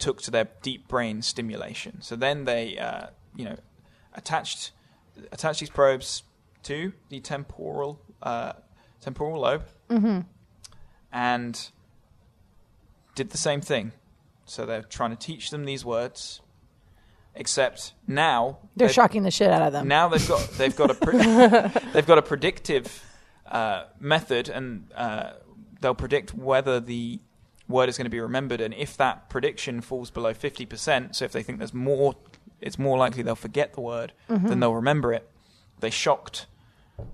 S3: took to their deep brain stimulation. So then they, uh, you know, attached attached these probes to the temporal uh, temporal lobe, and did the same thing. So they're trying to teach them these words, Except now
S4: They're
S3: they've-
S4: shocking the shit out of them.
S3: Now they've got they've got a pre- they've got a predictive uh, method, and uh, they'll predict whether the word is going to be remembered, and if that prediction falls below fifty percent, so if they think there's more, it's more likely they'll forget the word
S4: Mm-hmm.
S3: than they'll remember it. They shocked.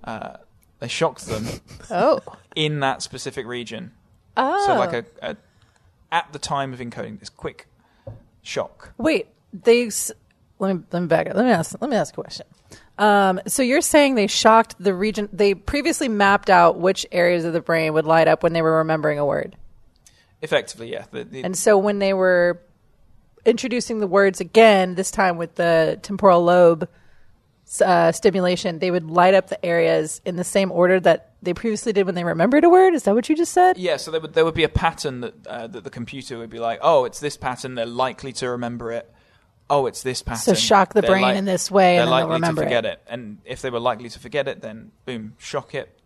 S3: Uh, they shocked them
S5: Oh.
S3: in that specific region.
S4: oh.
S3: So like a, a at the time of encoding this quick shock.
S4: Wait, they. s- Let me let me back up. Let me ask. Let me ask a question. Um, so you're saying they shocked the region? They previously mapped out which areas of the brain would light up when they were remembering a word,
S3: Effectively, yeah. The, the,
S4: and so when they were introducing the words again, this time with the temporal lobe s- uh, stimulation, they would light up the areas in the same order that they previously did when they remembered a word. Is that what you just said?
S3: Yeah, so there would there would be a pattern that uh, that the computer would be like, oh, it's this pattern. They're likely to remember it. Oh, it's this pattern.
S4: shock the
S3: They're
S4: brain in this
S3: They're
S4: way and then they'll
S3: likely
S4: remember
S3: to
S4: it.
S3: forget it. And if they were likely to forget it, then boom, shock it,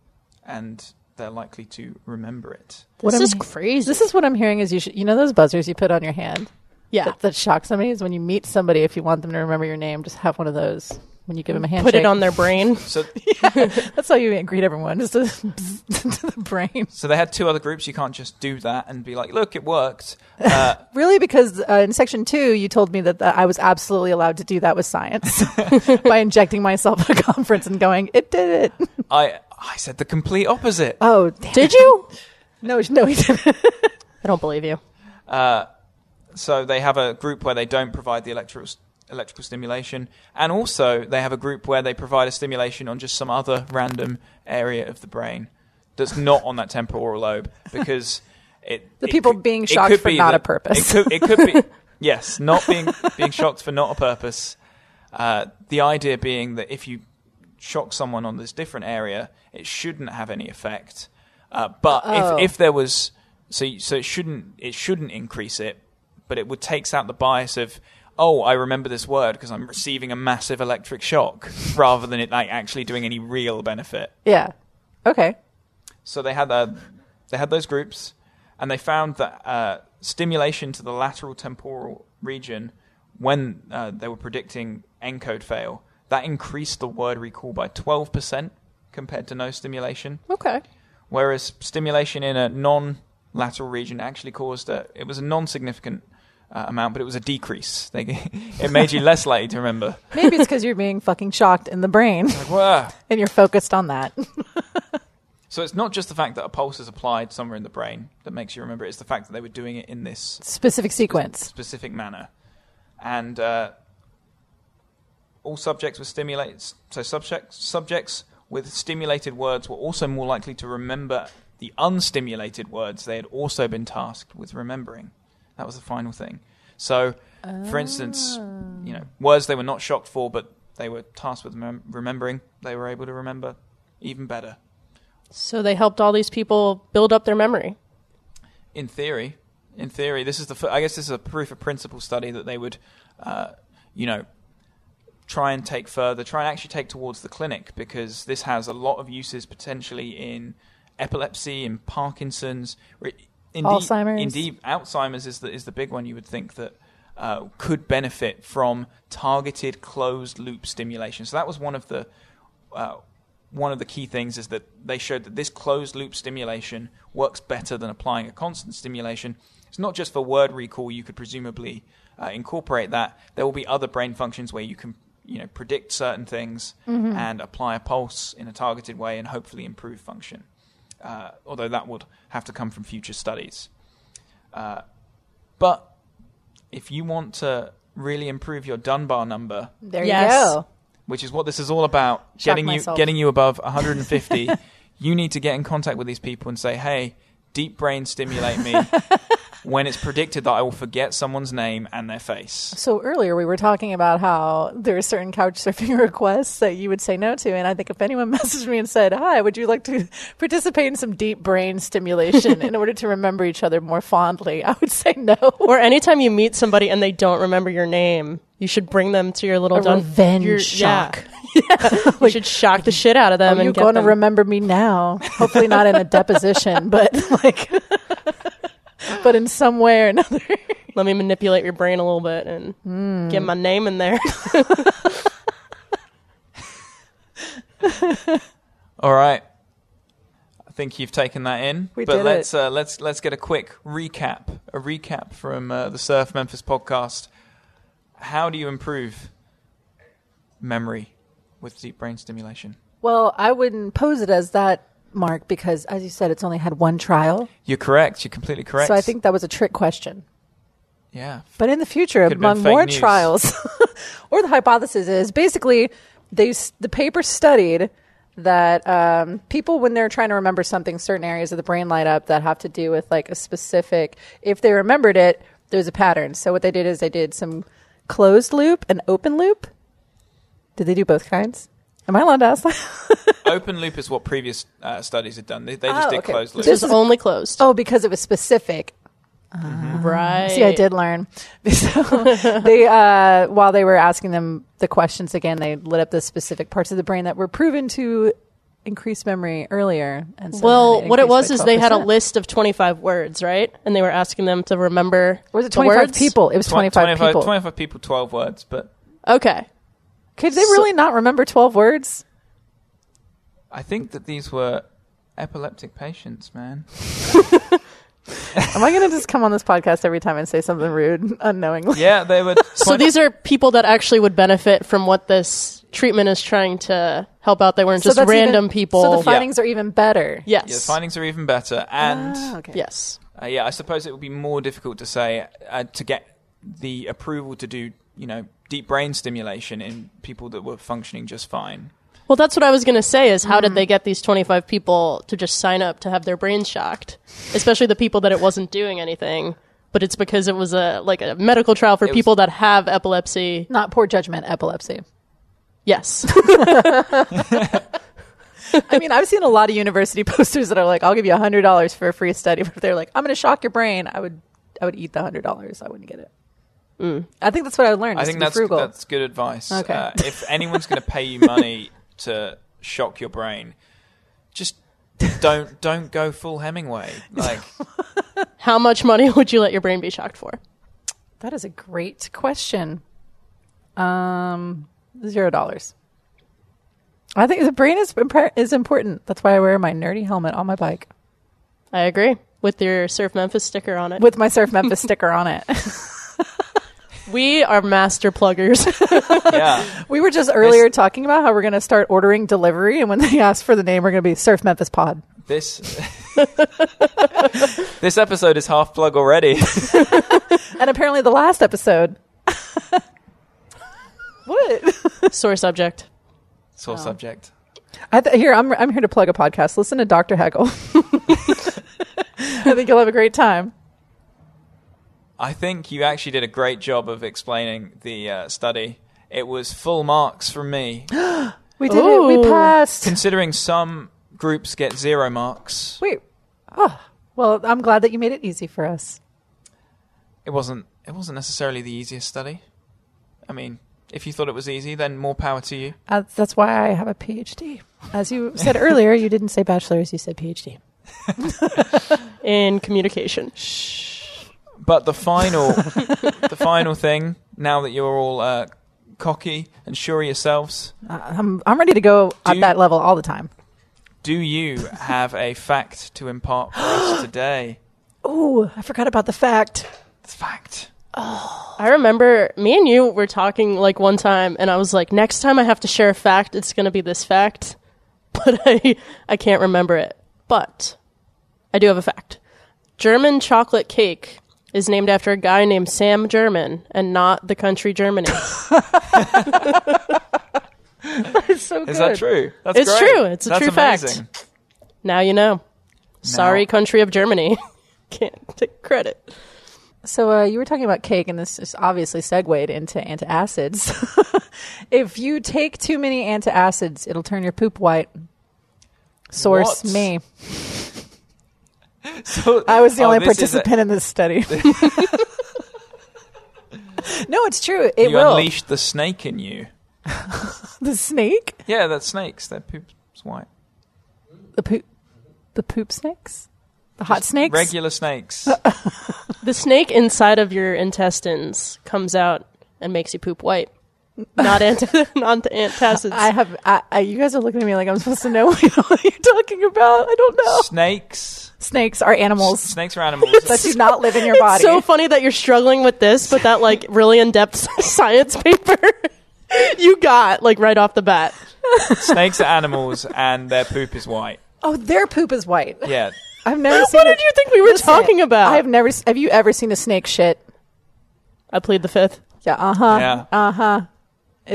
S3: and they're likely to remember it.
S4: What
S5: this
S4: am
S5: is
S4: I-
S5: crazy.
S4: This is what I'm hearing is you should, you know those buzzers you put on your hand.
S5: Yeah.
S4: that, that shock somebody is when you meet somebody. If you want them to remember your name, just have one of those when you give them a handshake.
S5: Put it on their brain.
S3: So
S4: That's how you greet everyone. Just a to the brain,
S3: so they had two other groups. You can't just do that and be like, look, it worked. Uh,
S4: really, because uh, in section two you told me that uh, I was absolutely allowed to do that with science by injecting myself at a conference and going, "It did it."
S3: I I said the complete opposite.
S4: Oh, damn.
S5: Did you?
S4: No, no, he didn't.
S5: I don't believe you.
S3: So they have a group where they don't provide the electrical electrical stimulation, and also they have a group where they provide a stimulation on just some other random area of the brain that's not on that temporal lobe because it
S4: The
S3: it
S4: people
S3: could-
S4: being
S3: it
S4: shocked
S3: could
S4: for
S3: be
S4: not
S3: that-
S4: a purpose.
S3: It could, it could be yes, not being being shocked for not a purpose. Uh, the idea being that if you shock someone on this different area, it shouldn't have any effect. Uh, but if, if there was, so you- so it shouldn't it shouldn't increase it, but it would takes out the bias of oh I remember this word because I'm receiving a massive electric shock rather than it like actually doing any real benefit.
S4: Yeah. Okay.
S3: So they had uh, they had those groups, and they found that uh, stimulation to the lateral temporal region when uh, they were predicting encode fail that increased the word recall by twelve percent compared to no stimulation,
S5: Okay.
S3: whereas stimulation in a non-lateral region actually caused a it was a non-significant. Uh, amount, but it was a decrease. They, it made you less likely to remember.
S4: Maybe it's because you're being fucking shocked in the brain
S3: Like, wow.
S4: and you're focused on that.
S3: So it's not just the fact that a pulse is applied somewhere in the brain that makes you remember; it, it's the fact that they were doing it in this
S4: Specific sequence.
S3: specific manner, and uh, all subjects with stimulates. So subjects subjects with stimulated words were also more likely to remember the unstimulated words they had also been tasked with remembering. That was the final thing. So, for instance, you know words they were not shocked for, but they were tasked with mem- remembering. They were able to remember even better.
S5: So they helped all these people build up their memory.
S3: in theory, in theory, this is the. fir- I guess this is a proof of principle study that they would, uh, you know, try and take further, try and actually take towards the clinic because this has a lot of uses potentially in epilepsy, in Parkinson's, re- indeed,
S4: Alzheimer's.
S3: Indeed, Alzheimer's is the is the big one. You would think that. Uh, could benefit from targeted closed loop stimulation. So that was one of the uh, one of the key things is that they showed that this closed loop stimulation works better than applying a constant stimulation. It's not just for word recall; you could presumably uh, incorporate that. There will be other brain functions where you can, you know, predict certain things and apply a pulse in a targeted way and hopefully improve function. Uh, although that would have to come from future studies. Uh, but if you want to really improve your Dunbar number,
S4: There
S5: Yes.
S4: you go.
S3: which is what this is all about
S4: Shock
S3: getting
S4: myself.
S3: you getting you above 150 you need to get in contact with these people and say hey deep brain stimulate me when it's predicted that i will forget someone's name and their face
S4: So earlier we were talking about how there are certain couch surfing requests that you would say no to, and I think if anyone messaged me and said, "Hi, would you like to participate in some deep brain stimulation in order to remember each other more fondly?" I would say no.
S5: Or anytime you meet somebody and they don't remember your name, you should bring them to your little
S4: A
S5: dun-
S4: revenge
S5: your-
S4: shock.
S5: Yeah. you should shock the shit out of them.
S4: Are you
S5: and get
S4: going to
S5: them-
S4: remember me now? Hopefully not in a deposition, but like, but in some way or another.
S5: Let me manipulate your brain a little bit and
S4: Hmm.
S5: get my name in there.
S3: All right. I think you've taken that in.
S4: We
S3: but
S4: did
S3: let's Uh, let's let's get a quick recap. A recap from uh, the Surf Memphis podcast. How do you improve memory with deep brain stimulation?
S4: Well, I wouldn't pose it as that, Mark, because as you said, it's only had one trial.
S3: You're correct. You're completely correct.
S4: So I think that was a trick question.
S3: yeah.
S4: But in the future,
S3: have been
S4: among
S3: fake
S4: more
S3: news.
S4: trials, or the hypothesis is basically they s- the paper studied that um, people when they're trying to remember something, certain areas of the brain light up that have to do with like a specific. If they remembered it, there's a pattern. So what they did is they did some closed loop and open loop. Did they do both kinds? Am I allowed to ask that?
S3: Open loop is what previous uh, studies had done. They, they just
S4: Oh,
S3: did
S4: okay.
S3: closed loop.
S5: This is only closed.
S4: Oh, because it was specific.
S5: right.
S4: See, I did learn. So they, uh, while they were asking them the questions again, they lit up the specific parts of the brain that were proven to increase memory earlier. And so
S5: Well,
S4: then
S5: what it was
S4: increased
S5: is
S4: by
S5: they had a
S4: 12%.
S5: list of 25 words, right? And they were asking them to remember
S4: Or was it
S5: the
S4: 25
S5: words?
S4: people? It was
S3: Tw-
S4: 25, people.
S3: 25 people, 12 words. But
S5: Okay.
S4: Could they really not remember 12 words?
S3: I think that these were epileptic patients, man.
S4: Am I going to just come on this podcast every time and say something rude unknowingly?
S3: Yeah, they were.
S5: So these are people that actually would benefit from what this treatment is trying to help out. They weren't
S4: So
S5: just
S4: that's
S5: random
S4: even-
S5: people.
S4: So the findings are even better.
S5: yes.
S3: Yeah, the findings are even better. And.
S4: Okay.
S5: yes.
S3: Uh, yeah, I suppose it would be more difficult to say uh, to get the approval to do you know deep brain stimulation in people that were functioning just fine.
S5: Well, that's what I was going to say is
S4: Mm-hmm.
S5: how did they get these 25 people to just sign up to have their brains shocked? Especially the people that it wasn't doing anything, but it's because it was a like a medical trial for
S3: was-
S5: people that have epilepsy.
S4: Not poor judgment, epilepsy.
S5: Yes.
S4: I mean, I've seen a lot of university posters that are like, "I'll give you hundred dollars for a free study," but if they're like, "I'm going to shock your brain," I would, I would eat the hundred dollars. I wouldn't get it. I think that's what I learned.
S3: I
S4: is
S3: think
S4: to be
S3: that's
S4: frugal.
S3: that's good advice.
S4: Okay.
S3: Uh, if anyone's going to pay you money to shock your brain, just don't don't go full Hemingway. Like
S5: how much money would you let your brain be shocked for?
S4: That is a great question. Um, zero dollars. I think the brain is impre- is important. That's why I wear my nerdy helmet on my bike
S5: I agree with your Surf Memphis sticker on it.
S4: with my Surf Memphis sticker on it.
S5: we are master pluggers.
S3: yeah,
S4: we were just earlier talking about how we're going to start ordering delivery, and when they ask for the name, we're going to be Surf Memphis Pod.
S3: this. this episode is half plug already.
S4: And apparently, the last episode. what?
S5: Sore subject.
S3: Sore subject.
S4: I th- here, I'm, I'm here to plug a podcast. Listen to Dr. Hagel. I think you'll have a great time.
S3: I think you actually did a great job of explaining the uh, study. It was full marks from me,
S4: We did it. We
S5: Ooh.
S4: passed.
S3: considering some groups get zero marks.
S4: Wait. Oh, well, I'm glad that you made it easy for us.
S3: It wasn't. It wasn't necessarily the easiest study. I mean, if you thought it was easy, then more power to you.
S4: Uh, that's why I have a PhD. As you said earlier, you didn't say bachelor's, you said PhD.
S5: in communication.
S3: But the final, the final thing. Now that you're all uh, cocky and sure of yourselves,
S4: I'm, I'm ready to go at
S3: you-
S4: that level all the time.
S3: do you have a fact to impart for us today?
S4: Ooh, I forgot about the fact.
S3: It's fact.
S5: I remember me and you were talking like one time, and I was like, next time I have to share a fact, it's going to be this fact, but I I can't remember it. But I do have a fact. German chocolate cake is named after a guy named Sam German and not the country Germany.
S4: So
S3: Is that true? That's
S5: It's
S3: great.
S5: true. It's a
S3: That's
S5: true fact.
S3: amazing.
S5: now you know. Sorry, country of Germany. Can't take credit.
S4: So uh, you were talking about cake, and this is obviously segued into antacids. if you take too many antacids, it'll turn your poop white. Source
S3: What?
S4: me.
S3: So-
S4: I was the
S3: oh,
S4: only
S3: this is a-
S4: participant in this study. no, it's true. It
S3: you
S4: will.
S3: unleashed the snake in you.
S4: the snake,
S3: Yeah, that's snakes. Their poop's white.
S4: the poop, the poop snakes. The hot snakes?
S3: Regular snakes.
S5: The snake inside of your intestines comes out and makes you poop white. Not anti- not the antacids.
S4: I have. I, I, you guys are looking at me like I'm supposed to know what you're talking about. I don't know.
S3: snakes.
S4: Snakes are animals
S3: Snakes are animals.
S4: that do not live in your body.
S5: It's so funny that you're struggling with this, but that like really in-depth science paper you got like right off the bat.
S3: snakes are animals, and their poop is white.
S4: oh, their poop is white.
S3: Yeah.
S4: I've never seen.
S5: What
S4: a-
S5: did you think we were
S4: Listen,
S5: talking about?
S4: I have never. s- Have you ever seen a snake shit?
S5: I plead the fifth.
S4: Yeah. Uh huh.
S3: Yeah.
S4: Uh huh.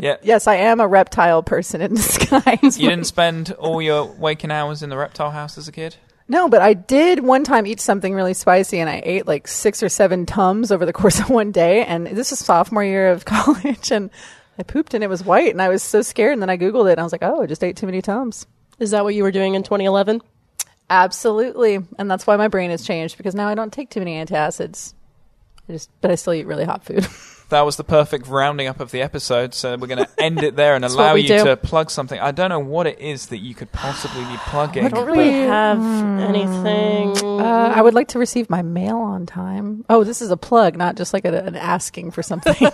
S3: Yeah.
S4: Yes, I am a reptile person in disguise.
S3: You didn't spend all your waking hours in the reptile house as a kid?
S4: No, but I did one time eat something really spicy and I ate like six or seven Tums over the course of one day. And this is sophomore year of college and I pooped and it was white and I was so scared. And then I Googled it and I was like, oh, I just ate too many Tums.
S5: Is that what you were doing in 2011?
S4: Absolutely. And that's why my brain has changed because now I don't take too many antacids. I just, but I still eat really hot food.
S3: That was the perfect rounding up of the episode, so we're going to end it there and allow
S5: we
S3: you
S5: do.
S3: to plug something. I don't know what it is that you could possibly be plugging.
S5: I don't really
S3: but-
S5: have anything.
S4: Uh, I would like to receive my mail on time. Oh, this is a plug, not just like a, an asking for something.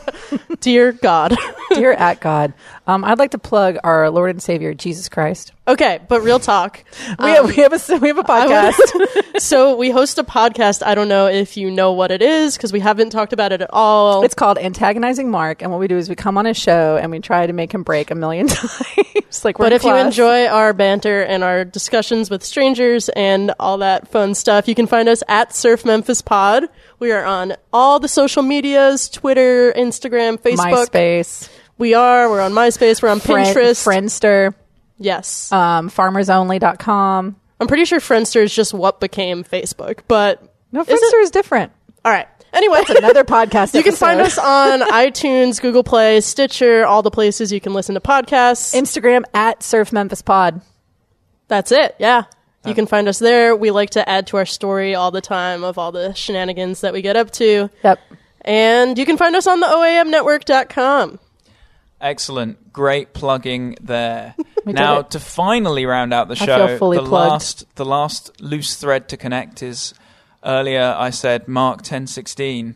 S5: Dear God.
S4: Dear at God, um, I'd like to plug our Lord and Savior, Jesus Christ.
S5: okay, but real talk.
S4: We have, we have a we have a
S5: Um, I
S4: podcast.
S5: would- so we host a podcast. I don't know if you know what it is because we haven't talked about it at all.
S4: It's called antagonizing Mark, and what we do is we come on a show and we try to make him break a million times. like, we're
S5: but
S4: in
S5: if you
S4: class.
S5: enjoy our banter and our discussions with strangers and all that fun stuff, you can find us at Surf Memphis Pod. We are on all the social medias: Twitter, Instagram, Facebook.
S4: MySpace,
S5: We are. We're on MySpace. We're on
S4: Friend-
S5: Pinterest.
S4: Friendster,
S5: Yes,
S4: um, FarmersOnly.com.
S5: I'm pretty sure Friendster is just what became Facebook. But
S4: No,
S5: Is it-
S4: Friendster is different.
S5: all right. Anyway,
S4: Another podcast.
S5: You can find us
S4: episode.
S5: on iTunes, Google Play, Stitcher, all the places you can listen to podcasts.
S4: Instagram at Surf Memphis Pod.
S5: That's it. Yeah. You can find us there. We like to add to our story all the time of all the shenanigans that we get up to.
S4: Yep.
S5: And you can find us on the OAMnetwork.com.
S3: Excellent. Great plugging there. now,
S4: it.
S3: to finally round out the
S4: I
S3: show,
S4: feel fully
S3: the,
S4: plugged.
S3: last, the last loose thread to connect is earlier I said Mark 1016.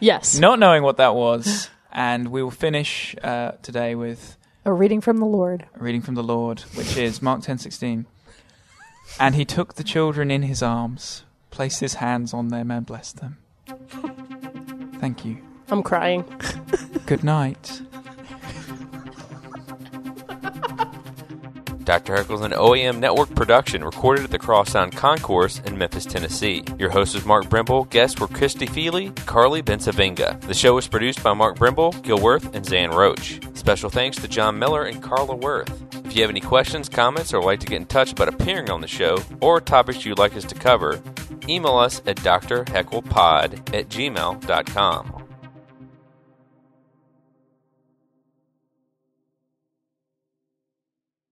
S5: Yes.
S3: not knowing what that was. And we will finish uh, today with
S4: A reading from the Lord.
S3: a reading from the Lord, which is Mark ten sixteen. And he took the children in his arms, placed his hands on them, and blessed them. Thank you.
S5: I'm crying.
S3: Good night.
S6: Dr. Heckle's an OAM network production recorded at the Crosstown Concourse in Memphis, Tennessee. Your host was Mark Brimble. Guests were Christy Feely, Carly Bensavinga. The show was produced by Mark Brimble, Gil Worth, and Zan Roach. Special thanks to John Miller and Carla Worth. If you have any questions, comments, or would like to get in touch about appearing on the show or topics you'd like us to cover, email us at drhecklepod at gmail.com.